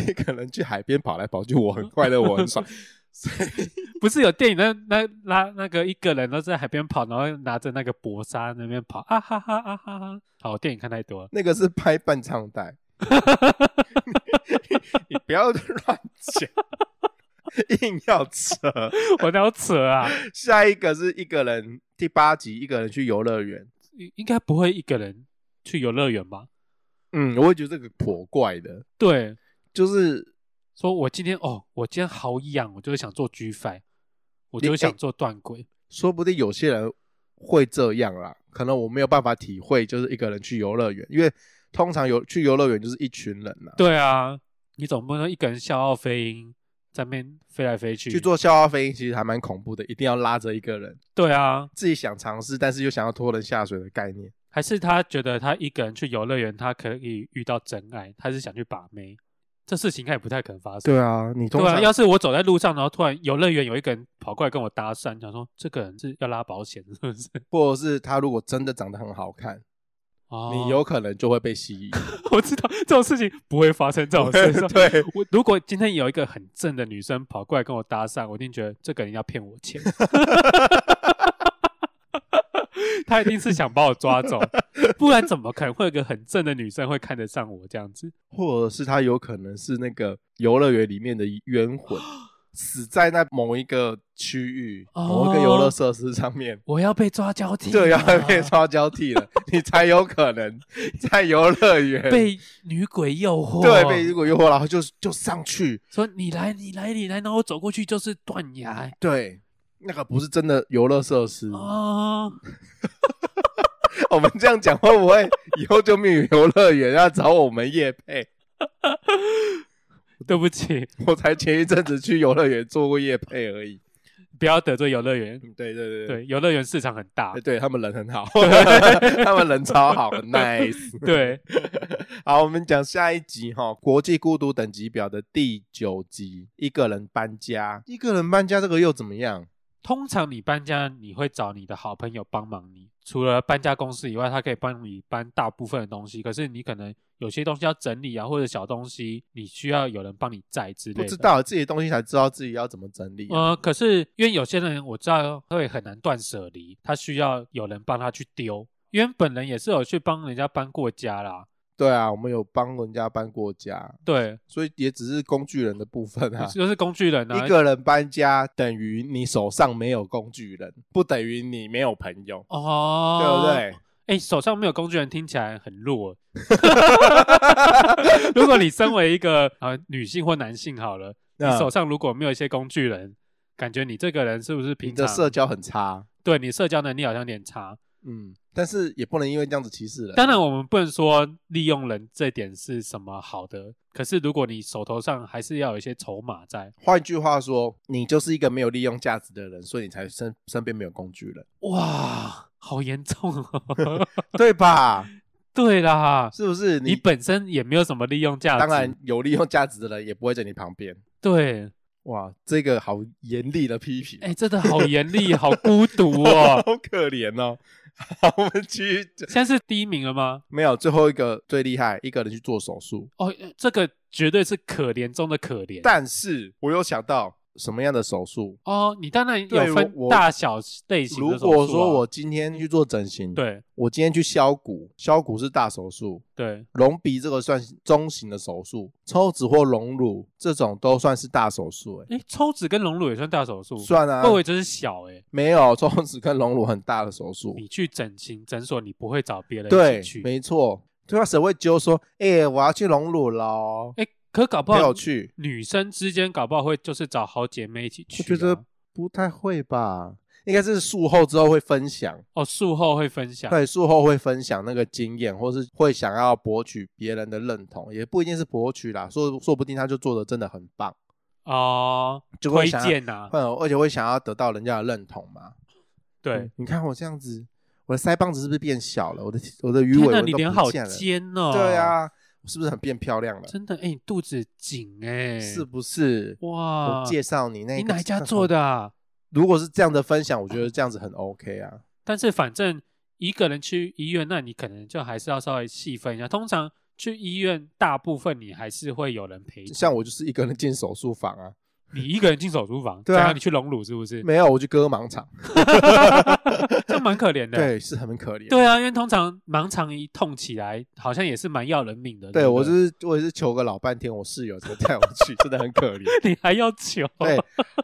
Speaker 2: 一个人去海边跑来跑去？我很快乐，我很爽。所以
Speaker 1: 不是有电影那那拉那个一个人都在海边跑，然后拿着那个薄纱那边跑啊哈哈啊哈哈！好，电影看太多了，
Speaker 2: 那个是拍伴唱带，你不要乱讲，硬要扯。
Speaker 1: 我哪有扯啊？
Speaker 2: 下一个是一个人，第八集一个人去游乐园。
Speaker 1: 应应该不会一个人去游乐园吧？
Speaker 2: 嗯，我会觉得这个颇怪的，
Speaker 1: 对，
Speaker 2: 就是
Speaker 1: 说我今天哦，我今天好痒，我就是想做 G f 我
Speaker 2: 你
Speaker 1: 就
Speaker 2: 哎
Speaker 1: 想做断轨。
Speaker 2: 说不定有些人会这样啦，可能我没有办法体会，就是一个人去游乐园，因为通常游去游乐园就是一群人啦，
Speaker 1: 对啊，你总不能一个人笑傲飞鹰在那边飞来飞去
Speaker 2: 去做消耗飞鹰其实还蛮恐怖的，一定要拉着一个人，
Speaker 1: 对啊，
Speaker 2: 自己想尝试，但是又想要拖人下水的概念。
Speaker 1: 还是他觉得他一个人去游乐园，他可以遇到真爱，他是想去把妹，这事情应该也不太可能发生。
Speaker 2: 对啊，你通
Speaker 1: 对啊，
Speaker 2: 常
Speaker 1: 要是我走在路上，然后突然游乐园有一个人跑过来跟我搭讪，想说这个人是要拉保险是不是？
Speaker 2: 或者是他如果真的长得很好看，
Speaker 1: 哦
Speaker 2: 你有可能就会被 吸引。
Speaker 1: 我知道这种事情不会发生在 我身上。
Speaker 2: 哦对，
Speaker 1: 我如果今天有一个很正的女生跑过来跟我搭讪，我一定觉得这个人要骗我钱， 他一定是想把我抓走，不然怎么可能会有一个很正的女生会看得上我这样子？
Speaker 2: 或者是他有可能是那个游乐园里面的冤魂，死在那某一个区域、某一个游乐设施上面。
Speaker 1: 我要被抓交替、啊，
Speaker 2: 对啊，被抓交替了，你才有可能在游乐园
Speaker 1: 被女鬼诱惑，
Speaker 2: 对被如果诱惑，然后就就上去，
Speaker 1: 说你来，你来，你来，然后我走过去就是断崖
Speaker 2: 对，那个不是真的游乐设施。
Speaker 1: 啊！
Speaker 2: 我们这样讲会不会以后就没有游乐园要找我们叶配？
Speaker 1: 对不起，
Speaker 2: 我才前一阵子去游乐园做过叶配而已。
Speaker 1: 不要得罪游乐园。
Speaker 2: 嗯对对对对。
Speaker 1: 对，游乐园市场很大
Speaker 2: 哎。对他们人很 好，他们人超好很，nice。
Speaker 1: 对，
Speaker 2: 好，我们讲下一集哈，国际孤独等级表的第九集，一个人搬家，一个人搬家这个又怎么样？
Speaker 1: 通常你搬家，你会找你的好朋友帮忙你。除了搬家公司以外，他可以帮你搬大部分的东西。可是你可能有些东西要整理啊，或者小东西，你需要有人帮你载之类
Speaker 2: 不
Speaker 1: 的。
Speaker 2: 知。道自己的东西才知道自己要怎么整理啊、
Speaker 1: 呃，可是因为有些人我知道会很难断舍离，他需要有人帮他去丢。因为本人也是有去帮人家搬过家啦，
Speaker 2: 对啊，我们有帮人家搬过家，
Speaker 1: 对，
Speaker 2: 所以也只是工具人的部分 啊。
Speaker 1: 就是工具人啊。
Speaker 2: 一个人搬家等于你手上没有工具人，不等于你没有朋友，
Speaker 1: 哦，
Speaker 2: 对不？对？
Speaker 1: 哎、手上没有工具人听起来很弱。欸 如果你身为一个呃女性或男性好了，你
Speaker 2: 那
Speaker 1: 手上如果没有一些工具人，感觉你这个人是不是
Speaker 2: 你
Speaker 1: 平常
Speaker 2: 的社交很差，
Speaker 1: 对你社交能力好像有点差？
Speaker 2: 嗯，但是也不能因为这样子歧视人。
Speaker 1: 当然，我们不能说利用人这点是什么好的，可是如果你手头上还是要有一些筹码在，
Speaker 2: 换句话说，你就是一个没有利用价值的人，所以你才身身边没有工具人。
Speaker 1: 哇，好严重哦。
Speaker 2: 对吧？
Speaker 1: 对啦，
Speaker 2: 是不是？
Speaker 1: 你
Speaker 2: 你
Speaker 1: 本身也没有什么利用价值，
Speaker 2: 当然有利用价值的人也不会在你旁边。
Speaker 1: 对，
Speaker 2: 哇，这个好严厉的批评，
Speaker 1: 哎、真的好严厉，好孤独哦。
Speaker 2: 好可怜哦。好，我们继续讲。
Speaker 1: 现在是第一名了吗？
Speaker 2: 没有，最后一个最厉害，一个人去做手术。
Speaker 1: 哦，这个绝对是可怜中的可怜。
Speaker 2: 呃但是我有想到什么样的手术？
Speaker 1: 哦，你当然
Speaker 2: 对
Speaker 1: 有分
Speaker 2: 我
Speaker 1: 大小类型
Speaker 2: 如
Speaker 1: 的手术啊、
Speaker 2: 果说我今天去做整形，，
Speaker 1: 对
Speaker 2: 我今天去削骨，削骨是大手术，
Speaker 1: 对
Speaker 2: 隆鼻这个算中型的手术，抽脂或隆乳这种都算是大手术、欸，
Speaker 1: 哎，抽脂跟隆乳也算大手术，
Speaker 2: 算啊
Speaker 1: 会，不会就是小哎、
Speaker 2: 没有抽脂跟隆乳很大的手术，
Speaker 1: 你去整形诊所，你不会找别人
Speaker 2: 对
Speaker 1: 一起，去，
Speaker 2: 没错，对啊，谁会揪说，哎、我要去隆乳喽，
Speaker 1: 哎，可搞不
Speaker 2: 陪
Speaker 1: 好
Speaker 2: 我去，
Speaker 1: 女生之间搞不好会就是找好姐妹一起去
Speaker 2: 我
Speaker 1: 啊、
Speaker 2: 觉得不太会吧，应该是术后之后会分享。
Speaker 1: 哦，术后会分享，
Speaker 2: 对，术后会分享那个经验，或是会想要博取别人的认同，也不一定是博取啦，说说不定他就做的真的很棒，
Speaker 1: 哦，
Speaker 2: 就会
Speaker 1: 推
Speaker 2: 想要，啊
Speaker 1: 荐呐、
Speaker 2: 会有而且会想要得到人家的认同嘛。
Speaker 1: 对
Speaker 2: 嗯，，你看我这样子，我的腮帮子是不是变小了？我的我的鱼
Speaker 1: 天
Speaker 2: 尾
Speaker 1: 哪，
Speaker 2: 纹
Speaker 1: 你
Speaker 2: 都
Speaker 1: 脸
Speaker 2: 不
Speaker 1: 好
Speaker 2: 见了。
Speaker 1: 尖哦，
Speaker 2: 对，啊，我是不是很变漂亮了？
Speaker 1: 真的，哎，你肚子紧哎，
Speaker 2: 是不是？
Speaker 1: 哇
Speaker 2: 我，介绍你那
Speaker 1: 你
Speaker 2: 个
Speaker 1: 哪一家
Speaker 2: 看
Speaker 1: 做
Speaker 2: 好？
Speaker 1: 的啊？
Speaker 2: 如果是这样的分享，我觉得这样子很 OK 啊。
Speaker 1: 但是反正一个人去医院，那你可能就还是要稍微细分一下。通常去医院，大部分你还是会有人陪你。
Speaker 2: 像我就是一个人进手术房啊，
Speaker 1: 你一个人进手术房，
Speaker 2: 对啊
Speaker 1: 然后你去隆乳是不是？
Speaker 2: 没有我去割盲肠，
Speaker 1: 这样蛮可怜的。
Speaker 2: 对，是很可怜。
Speaker 1: 对啊，因为通常盲肠一痛起来，好像也是蛮要人命的。
Speaker 2: 对
Speaker 1: 不
Speaker 2: 我就是我也是求个老半天，我室友才带我去，真的很可怜。
Speaker 1: 你还要求，
Speaker 2: 对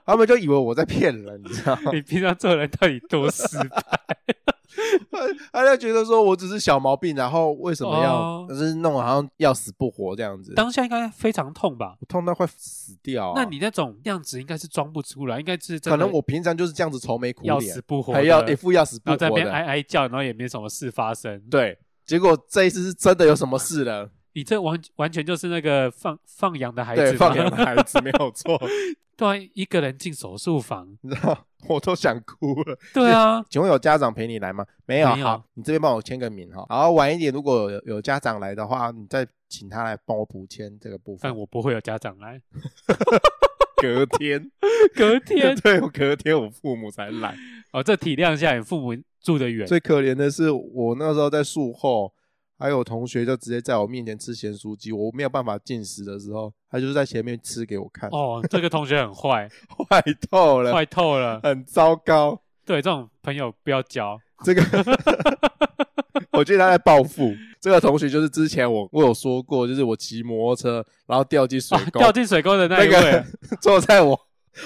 Speaker 2: 他们就以为我在骗人，你知道吗？
Speaker 1: 你平常做人到底 多失败？
Speaker 2: 他就觉得说我只是小毛病，然后为什么要、
Speaker 1: 哦
Speaker 2: 就是弄得好像要死不活这样子，
Speaker 1: 当下应该非常痛吧？
Speaker 2: 我痛到快死掉啊、
Speaker 1: 那你那种样子应该是装不出来，应该是真
Speaker 2: 可
Speaker 1: 的
Speaker 2: 能我平常就是这样子愁眉苦
Speaker 1: 要死
Speaker 2: 脸，
Speaker 1: 不活的，
Speaker 2: 还要一副要死不
Speaker 1: 然后在那
Speaker 2: 活
Speaker 1: 边哀
Speaker 2: 的，
Speaker 1: 哀叫，然后也没什么事发生。
Speaker 2: 对。结果这一次是真的有什么事了？
Speaker 1: 你这完完全就是那个放放羊的孩子
Speaker 2: 对，
Speaker 1: 吗，
Speaker 2: 放养的孩子没有错，
Speaker 1: 对啊，一个人进手术房，
Speaker 2: 你知道，我都想哭了。
Speaker 1: 对 啊，
Speaker 2: 请问有家长陪你来吗？没有，
Speaker 1: 没有
Speaker 2: 好，你这边帮我签个名哈。然后晚一点，如果有有家长来的话，你再请他来帮我补签这个部分
Speaker 1: 但。哎我不会有家长来，
Speaker 2: 隔天，
Speaker 1: 隔天
Speaker 2: 对我隔天我父母才来。
Speaker 1: 哦，这体谅一下，你父母住得 远，
Speaker 2: 最可怜的是，我那时候在术后，还有同学就直接在我面前吃咸酥鸡，我没有办法进食的时候，他就在前面吃给我看，
Speaker 1: 哦，这个同学很 坏，
Speaker 2: 坏透了，呃
Speaker 1: 坏透 了，
Speaker 2: 很糟糕。
Speaker 1: 对，这种朋友不要交，
Speaker 2: 这 个我觉得他在报复。这个同学就是之前我我有说过，就是我骑摩托车然后掉进水
Speaker 1: 啊
Speaker 2: 沟，
Speaker 1: 掉进水沟的那
Speaker 2: 那
Speaker 1: 一位啊
Speaker 2: 个， 坐在我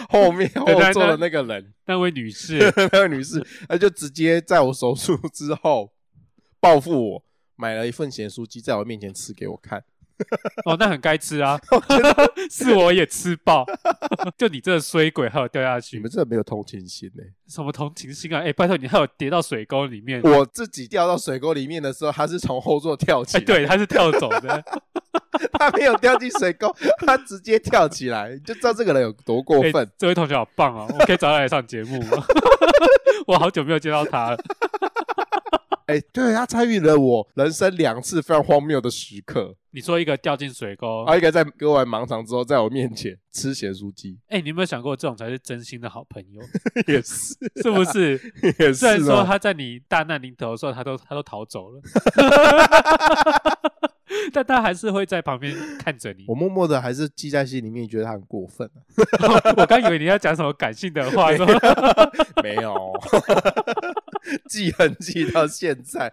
Speaker 2: 后面后
Speaker 1: 对
Speaker 2: 座的
Speaker 1: 那
Speaker 2: 那个人，
Speaker 1: 那位女士，
Speaker 2: 那位女士，她就直接在我手术之后 报复我，买了一份咸酥鸡在我面前吃给我看。
Speaker 1: 哦，那很该吃 啊， 是我也吃爆， 就你这个衰鬼，还有掉下
Speaker 2: 你
Speaker 1: 去
Speaker 2: 们，真的没有同情心欸呢、
Speaker 1: 什么同情心啊？哎，拜托你，还有跌到水沟里面，
Speaker 2: 我自己掉到水沟里面的时候，他是从后座跳起
Speaker 1: 哎，
Speaker 2: 来，
Speaker 1: 对，他是跳走的。
Speaker 2: 他没有掉进水沟， 他直接跳起来，你就知道这个人有多 过分。
Speaker 1: 欸这位同学好棒哦，我可以找他来上节目 吗？我好久没有见到他了。
Speaker 2: 哎、对他参与了我人生两次非常荒谬的时刻，
Speaker 1: 你说一个掉进水沟，
Speaker 2: 然
Speaker 1: 哎、
Speaker 2: 后一个在割完盲肠之后，在我面前吃咸酥 鸡，
Speaker 1: 哎你有没有想过，这种才是真心的好朋友，
Speaker 2: 也是
Speaker 1: 是不是？
Speaker 2: 也是
Speaker 1: 虽然说
Speaker 2: 哦。
Speaker 1: 他在你大难临头的时候，他都他都逃走 了，但他还是会在旁边看着你
Speaker 2: 我。默默的还是记在心里面，觉得他很过分、啊。
Speaker 1: 我刚以为你要讲什么感性的 话，说
Speaker 2: 没有， 记恨记到现在。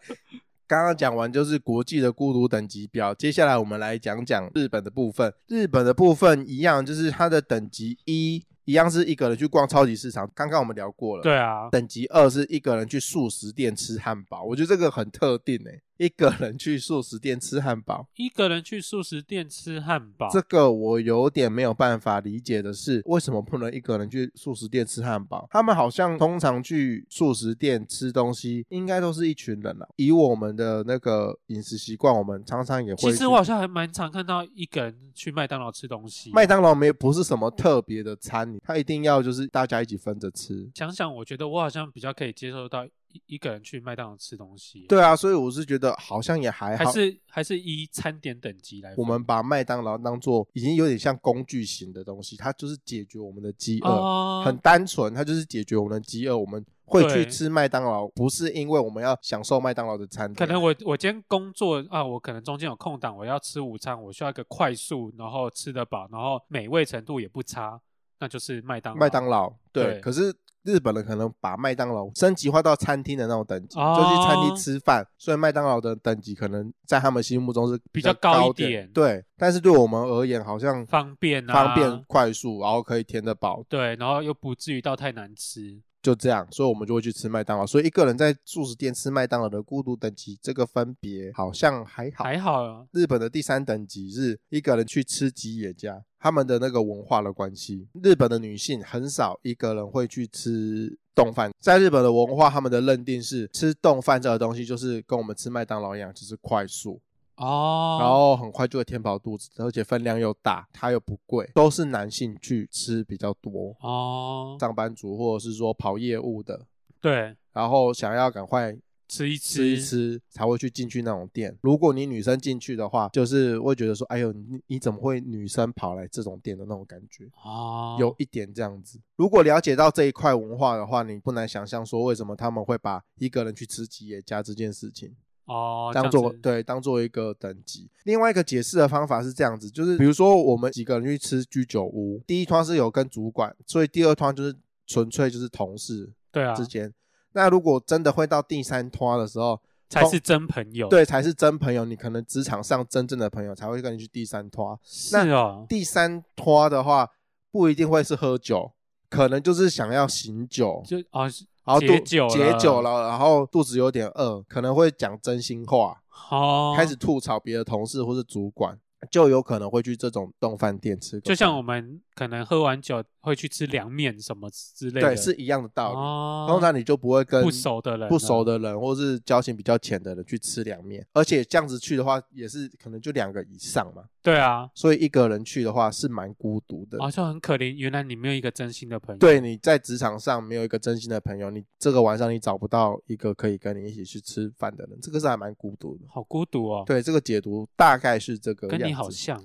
Speaker 2: 刚刚讲完就是国际的孤独等级表，接下来我们来讲讲日本的部分。日本的部分一样，就是它的等级一一样是一个人去逛超级市场，刚刚我们聊过了。
Speaker 1: 对啊，
Speaker 2: 等级二是一个人去素食店吃汉堡，我觉得这个很特定诶、一个人去素食店吃汉堡，
Speaker 1: 一个人去素食店吃汉堡，
Speaker 2: 这个我有点没有办法理解的是，为什么不能一个人去素食店吃汉堡？他们好像通常去素食店吃东西，应该都是一群人了。以我们的那个饮食习惯，我们常常也会
Speaker 1: 其
Speaker 2: 去
Speaker 1: 实我好像还蛮常看到一个人去麦当劳吃东西。
Speaker 2: 麦当劳没不是什么特别的餐，它一定要就是大家一起分着吃。
Speaker 1: 想想，我觉得我好像比较可以接受到一一个人去麦当劳吃东西。，欸
Speaker 2: 对啊，所以我是觉得好像也还
Speaker 1: 还
Speaker 2: 好。
Speaker 1: 是还是依餐点等级来分。
Speaker 2: 我们把麦当劳当做已经有点像工具型的东西，它就是解决我们的饥饿，
Speaker 1: 哦
Speaker 2: 很单纯，它就是解决我们的饥饿。我们会去
Speaker 1: 对
Speaker 2: 吃麦当劳，不是因为我们要享受麦当劳的餐点，
Speaker 1: 可能我我今天工作啊，我可能中间有空档，我要吃午餐，我需要一个快速，然后吃得饱，然后美味程度也不差，那就是麦当劳。
Speaker 2: 麦当劳对，
Speaker 1: 对
Speaker 2: 可是。日本人可能把麦当劳升级化到餐厅的那种等级，
Speaker 1: 哦
Speaker 2: 就去餐厅吃饭，所以麦当劳的等级可能在他们心目中是
Speaker 1: 比较
Speaker 2: 高
Speaker 1: 高
Speaker 2: 一
Speaker 1: 一
Speaker 2: 点。
Speaker 1: 点
Speaker 2: 对，但是对我们而言，好像
Speaker 1: 方便啊，
Speaker 2: 方便、快速，然后可以填得饱，
Speaker 1: 对，然后又不至于到太难吃。
Speaker 2: 就这样，所以我们就会去吃麦当劳。所以一个人在素食店吃麦当劳的孤独等级，这个分别好像还好。
Speaker 1: 还好啊，
Speaker 2: 日本的第三等级是一个人去吃吉野家，他们的那个文化的关系，日本的女性很少一个人会去吃冻饭。在日本的文化，他们的认定是吃冻饭这个东西就是跟我们吃麦当劳一样，就是快速，
Speaker 1: 哦，
Speaker 2: 然后很快就会填饱肚子，而且分量又大，它又不贵，都是男性去吃比较多，
Speaker 1: 哦，
Speaker 2: 上班族或者是说跑业务的，
Speaker 1: 对，
Speaker 2: 然后想要赶快
Speaker 1: 吃一吃
Speaker 2: 吃一，吃才会去进去那种店。如果你女生进去的话，就是会觉得说，哎呦，你你怎么会女生跑来这种店的那种感觉，
Speaker 1: 哦，
Speaker 2: 有一点这样子。如果了解到这一块文化的话，你不难想象说为什么他们会把一个人去吃吉野家这件事情
Speaker 1: 哦，
Speaker 2: 当做
Speaker 1: 这样子
Speaker 2: 对当做一个等级。另外一个解释的方法是这样子，就是比如说我们几个人去吃居酒屋，第一团是有跟主管，所以第二团就是纯粹就是同事
Speaker 1: 对啊，
Speaker 2: 之间。那如果真的会到第三团的时候，
Speaker 1: 才是真朋友。，
Speaker 2: 对，才是真朋友。你可能职场上真正的朋友才会跟你去第三拖。
Speaker 1: 是
Speaker 2: 那
Speaker 1: 哦，
Speaker 2: 第三拖的话，不一定会是喝酒，可能就是想要醒酒，
Speaker 1: 就哦，
Speaker 2: 然后肚
Speaker 1: 解酒了
Speaker 2: 解酒了，然后肚子有点饿，可能会讲真心话，
Speaker 1: 哦，
Speaker 2: 开始吐槽别的同事或是主管，就有可能会去这种动饭店吃个饭。
Speaker 1: 就像我们可能喝完酒会去吃凉面什么之类的，
Speaker 2: 对是一样的道理。
Speaker 1: 哦，
Speaker 2: 通常你就不会跟
Speaker 1: 不熟的人，
Speaker 2: 不熟，的人，或是交情比较浅的人去吃凉面，而且这样子去的话，也是可能就两个以上嘛。
Speaker 1: 对啊，
Speaker 2: 所以一个人去的话是蛮孤独的。
Speaker 1: 好像很可怜。原来你没有一个真心的朋友，
Speaker 2: 对，你在职场上没有一个真心的朋友，你这个晚上你找不到一个可以跟你一起去吃饭的人，这个是还蛮孤独的。
Speaker 1: 好孤独哦，
Speaker 2: 对，这个解读大概是这个样
Speaker 1: 跟
Speaker 2: 子。
Speaker 1: 你好像，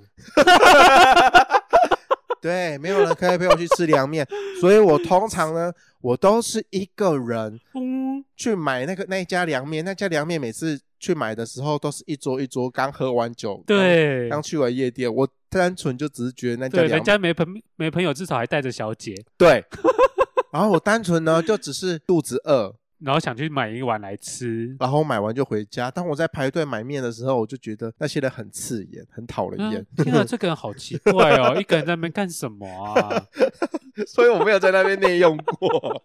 Speaker 2: 对，没有人可以陪我去吃凉面，所以我通常呢，我都是一个人
Speaker 1: 嗯，
Speaker 2: 去买那个那一家凉面，那家凉面每次去买的时候都是一桌一桌，刚喝完酒，
Speaker 1: 对
Speaker 2: 刚，刚去完夜店，我单纯就只是觉得那家
Speaker 1: 对，
Speaker 2: 凉
Speaker 1: 人家没朋没朋友，至少还带着小姐，
Speaker 2: 对， 然后我单纯呢就只是肚子饿，
Speaker 1: 然后想去买一碗来吃，
Speaker 2: 然后买完就回家。当我在排队买面的时候，我就觉得那些人很刺眼，很讨人厌
Speaker 1: 嗯，天啊，这个人好奇怪哦，一个人在那边干什么 啊？
Speaker 2: 所以我没有在那边内用过。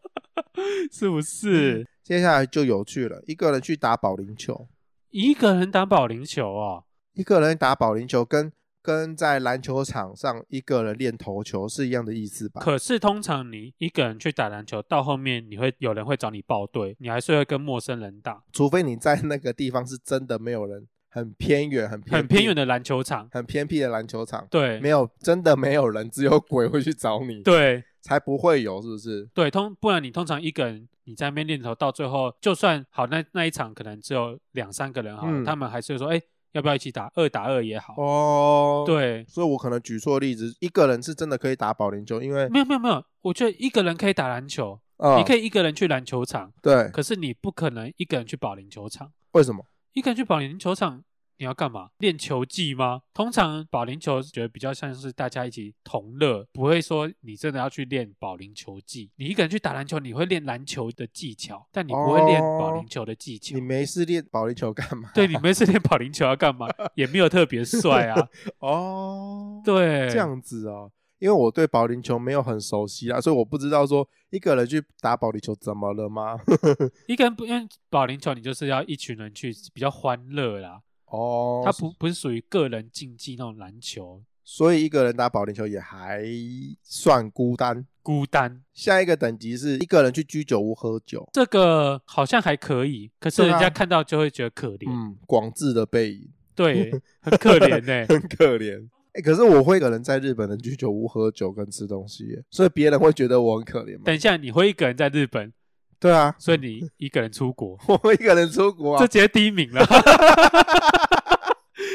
Speaker 1: 是不是？
Speaker 2: 接下来就有趣了，一个人去打保龄球，
Speaker 1: 一个人打保龄球哦，
Speaker 2: 一个人打保龄球跟跟在篮球场上一个人练投球是一样的意思吧？
Speaker 1: 可是通常你一个人去打篮球，到后面你会有人会找你报队，你还是会跟陌生人打。
Speaker 2: 除非你在那个地方是真的没有人，很偏远、很偏
Speaker 1: 很偏远
Speaker 2: 的、
Speaker 1: 的篮球场，
Speaker 2: 很偏僻的篮球场，
Speaker 1: 对
Speaker 2: 没有真的没有人，只有鬼会去找你，
Speaker 1: 对
Speaker 2: 才不会有，是不是？
Speaker 1: 对，通不然你通常一个人你在那边练球，到最后就算好那那一场可能只有两三个人好了，
Speaker 2: 嗯
Speaker 1: 他们还是会说哎要不要一起打二打二也好，
Speaker 2: 哦，。
Speaker 1: 对，
Speaker 2: 所以我可能举错例子，一个人是真的可以打保龄球，因为
Speaker 1: 没有没有没有，我觉得一个人可以打篮球，
Speaker 2: 啊，
Speaker 1: 你可
Speaker 2: 以
Speaker 1: 以一个人去篮球场，
Speaker 2: 对，
Speaker 1: 可是你不可能一个人去保龄球场，
Speaker 2: 为什么？
Speaker 1: 一个人去保龄球场。你要干嘛？练球技吗？通常保龄球觉得比较像是大家一起同乐，不会说你真的要去练保龄球技。你一个人去打篮球，你会练篮球的技巧，但你不会练保龄球的技巧。
Speaker 2: 哦你 没事练保龄球干 嘛？
Speaker 1: 对，你没事练保龄球要干嘛？也没有特别帅啊。
Speaker 2: 哦，
Speaker 1: 对，
Speaker 2: 这样子哦，因为我对保龄球没有很熟悉啊，所以我不知道说一个人去打保龄球怎么了吗？
Speaker 1: 一个人不因为保龄球，你就是要一群人去，比较欢乐啦。
Speaker 2: 哦，
Speaker 1: 它不不是属于个人竞技那种篮球，
Speaker 2: 所以一个人打保龄球也还算孤单。
Speaker 1: 孤单。
Speaker 2: 下一个等级是一个人去居酒屋喝酒，
Speaker 1: 这个好像还可以，可是
Speaker 2: 对啊
Speaker 1: 人家看到就会觉得可怜，
Speaker 2: 嗯，广智的背影，
Speaker 1: 对，很可怜呢、
Speaker 2: 很可怜。哎、可是我会一个人在日本的居酒屋喝酒跟吃东西耶，所以别人会觉得我很可怜吗？
Speaker 1: 等一下，你会一个人在日本
Speaker 2: 对啊，
Speaker 1: 所以你一个人出国，
Speaker 2: 我们一个人出国
Speaker 1: 这
Speaker 2: 啊，
Speaker 1: 直接第一名了。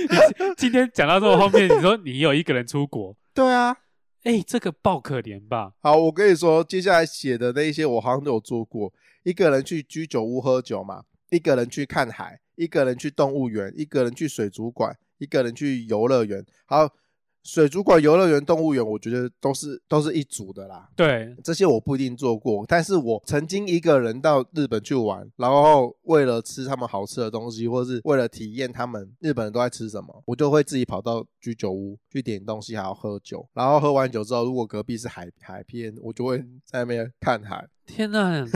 Speaker 1: 你今天讲到这么后面，你说你有一个人出国，
Speaker 2: 对啊。
Speaker 1: 哎，这个爆可怜吧？
Speaker 2: 好，我跟你说，接下来写的那一些我好像都有做过，一个人去居酒屋喝酒嘛，一个人去看海，一个人去动物园，一个人去水族馆，一个人去游乐园。好，水族馆、游乐园、动物园，我觉得都是都是一组的啦。
Speaker 1: 对，
Speaker 2: 这些我不一定做过，但是我曾经一个人到日本去玩，然后为了吃他们好吃的东西，或是为了体验他们日本人都在吃什么，我就会自己跑到居酒屋去点东西，还要喝酒。然后喝完酒之后，如果隔壁是海海边，我就会 在那边看海。
Speaker 1: 天哪，你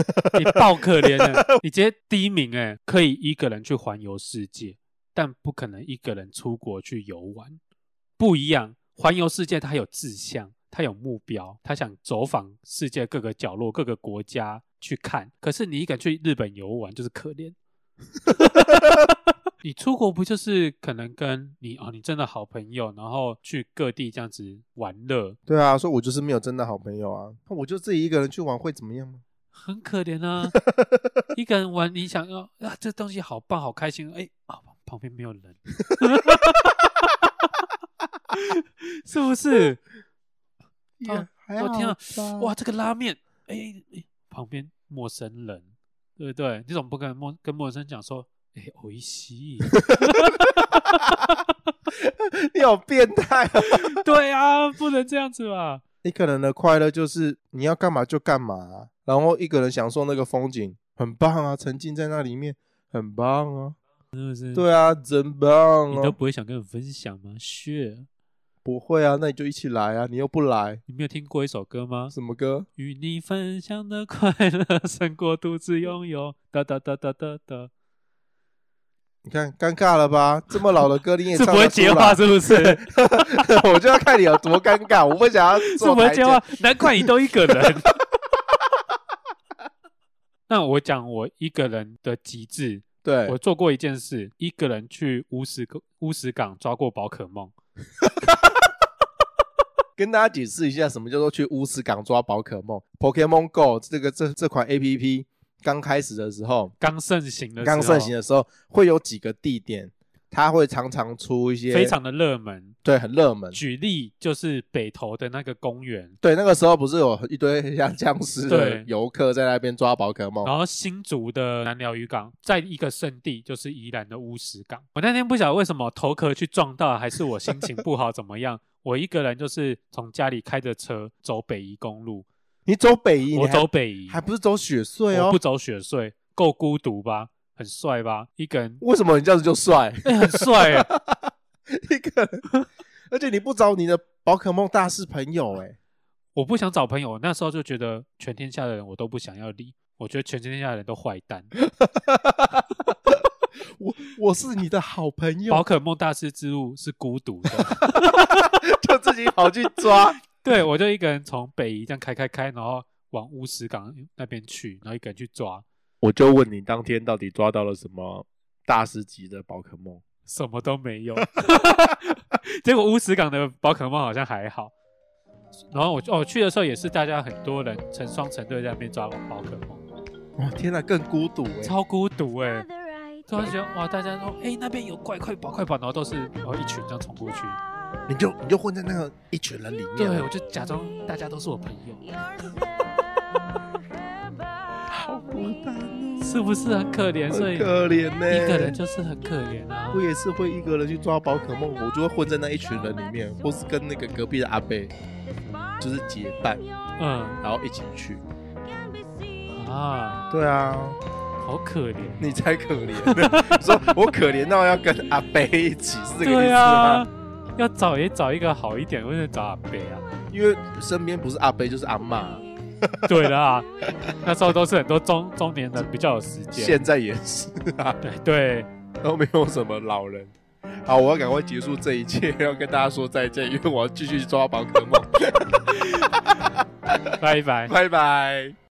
Speaker 1: 爆可怜了，你直接第一名哎，可以一个人去环游世界，但不可能一个人出国去游玩，不一样。环游世界，它有志向，它有目标，它想走访世界各个角落、各个国家去看。可是你一个人去日本游玩，就是可怜。你出国不就是可能跟你哦，你真的好朋友，然后去各地这样子玩乐，
Speaker 2: 对啊，所以我就是没有真的好朋友啊，那我就自己一个人去玩会怎么样吗？
Speaker 1: 很可怜啊，一个人玩，你想要啊，这东西好棒，好开心，哎、啊，旁边没有人，是不是？啊
Speaker 2: 也哎还
Speaker 1: 我天啊
Speaker 2: 好吧
Speaker 1: 哇，，这个拉面，哎、哎旁边陌生人，对不对？你怎么不跟陌跟陌生人讲说，哎、欸，欧一西，
Speaker 2: 你好变态啊！
Speaker 1: 对啊，不能这样子吧？
Speaker 2: 一个人的快乐就是你要干嘛就干嘛啊、然后一个人享受那个风景，很棒啊！沉浸在那里面，很棒啊！
Speaker 1: 是不是？、
Speaker 2: 对啊，真棒
Speaker 1: 你都
Speaker 2: 啊！
Speaker 1: 不会想跟我分享吗？是，
Speaker 2: 不会啊，那你就一起来啊！你又不来，
Speaker 1: 你没有听过一首歌吗？
Speaker 2: 什么歌？
Speaker 1: 与你分享的快乐胜过独自拥有，哒哒哒哒哒哒。
Speaker 2: 你看尴尬了吧？这么老的歌你 也
Speaker 1: 是
Speaker 2: 唱
Speaker 1: 不
Speaker 2: 得
Speaker 1: 会
Speaker 2: 出
Speaker 1: 接话
Speaker 2: 来，
Speaker 1: 是不是？是
Speaker 2: 我就要看你有多尴尬。我不 想要做
Speaker 1: 不会
Speaker 2: 台阶
Speaker 1: 接话，难怪你都一个 人。 那我讲我一个人的极致，
Speaker 2: 对，
Speaker 1: 我做过一件事，一个人去乌石港乌石港抓过宝可梦。
Speaker 2: 跟大家解释一下，什么叫做去乌斯港抓宝可梦？Pokemon Go 这个这这款 A P P 刚开始的时候，
Speaker 1: 刚盛行的时候，
Speaker 2: 刚盛行的时候，会有几个地点，它会常常出一些
Speaker 1: 非常的热门。
Speaker 2: 对很热门。
Speaker 1: 举例就是北投的那个公园，
Speaker 2: 对，那个时候不是有一堆像僵尸的
Speaker 1: 对
Speaker 2: 游客在那边抓宝可梦，
Speaker 1: 然后新竹的南寮渔港，在一个圣地就是宜兰的乌石港。我那天不晓得为什么头壳去撞到，还是我心情不好怎么 样？我一个人就是从家里开着车走北宜公路，
Speaker 2: 你走北移，
Speaker 1: 我
Speaker 2: 你还
Speaker 1: 走北宜，
Speaker 2: 还不是走雪隧
Speaker 1: 我
Speaker 2: 哦，
Speaker 1: 不？走雪隧，够孤独吧？很帅吧？一个人
Speaker 2: 为什么你这样子就帅？
Speaker 1: 哎、很帅、欸。
Speaker 2: 一个人，而且你不找你的宝可梦大师朋友、欸，哎，
Speaker 1: 我不想找朋友，我那时候就觉得全天下的人我都不想要理，我觉得全天下的人都坏 蛋。
Speaker 2: 我我是你的好朋友
Speaker 1: 宝，可梦大师之路是孤独的。
Speaker 2: 就自己跑去抓。
Speaker 1: 对，我就一个人从北宜这样开开开，然后往乌石港那边去，然后一个人去抓，
Speaker 2: 我就问你，当天到底抓到了什么大师级的宝可梦？
Speaker 1: 什么都没 有。结果乌石港的宝可梦好像还好。然后我就哦去的时候也是大家很多人成双成对在那边抓宝可梦，
Speaker 2: 哇，天哪，更孤独哎、
Speaker 1: 超孤独哎、突
Speaker 3: 突
Speaker 1: 然
Speaker 3: 然
Speaker 1: 觉
Speaker 3: 觉
Speaker 1: 得
Speaker 3: 得
Speaker 1: 哇，
Speaker 3: 哇，
Speaker 1: 大
Speaker 3: 大
Speaker 1: 家
Speaker 3: 家
Speaker 1: 都
Speaker 3: 都
Speaker 1: 哎、那边有怪快跑快跑，然后都是然后一群这样冲过去。
Speaker 2: 你就你就混在那个一群人里面
Speaker 1: 对，
Speaker 2: 了，
Speaker 1: 我就假装大家都是我朋友，
Speaker 2: 好孤单哦，
Speaker 1: 是不是很可怜？所以一
Speaker 2: 很可怜呢、
Speaker 1: 个人就是很可怜啊。
Speaker 2: 我也是会一个人去抓宝可梦，我就会混在那一群人里面，或是跟那个隔壁的阿贝就是结伴，
Speaker 1: 嗯
Speaker 2: 然后一起去。
Speaker 1: 啊，
Speaker 2: 对啊，
Speaker 1: 好可怜。
Speaker 2: 你才可怜 呢，你说我可怜到要跟阿贝一起是这个意
Speaker 1: 对
Speaker 2: 思吗？
Speaker 1: 啊，要找也找一个好一点，为什么找阿北啊？
Speaker 2: 因为身边不是阿贝就是阿妈，
Speaker 1: 对啦，那时候都是很多中中年人比较有时间。
Speaker 2: 现在也是啊，
Speaker 1: 对对，
Speaker 2: 都没有什么老人。好，我要赶快结束这一切，要跟大家说再见，因为我要继续抓宝可梦。
Speaker 1: 拜拜。
Speaker 2: 拜拜。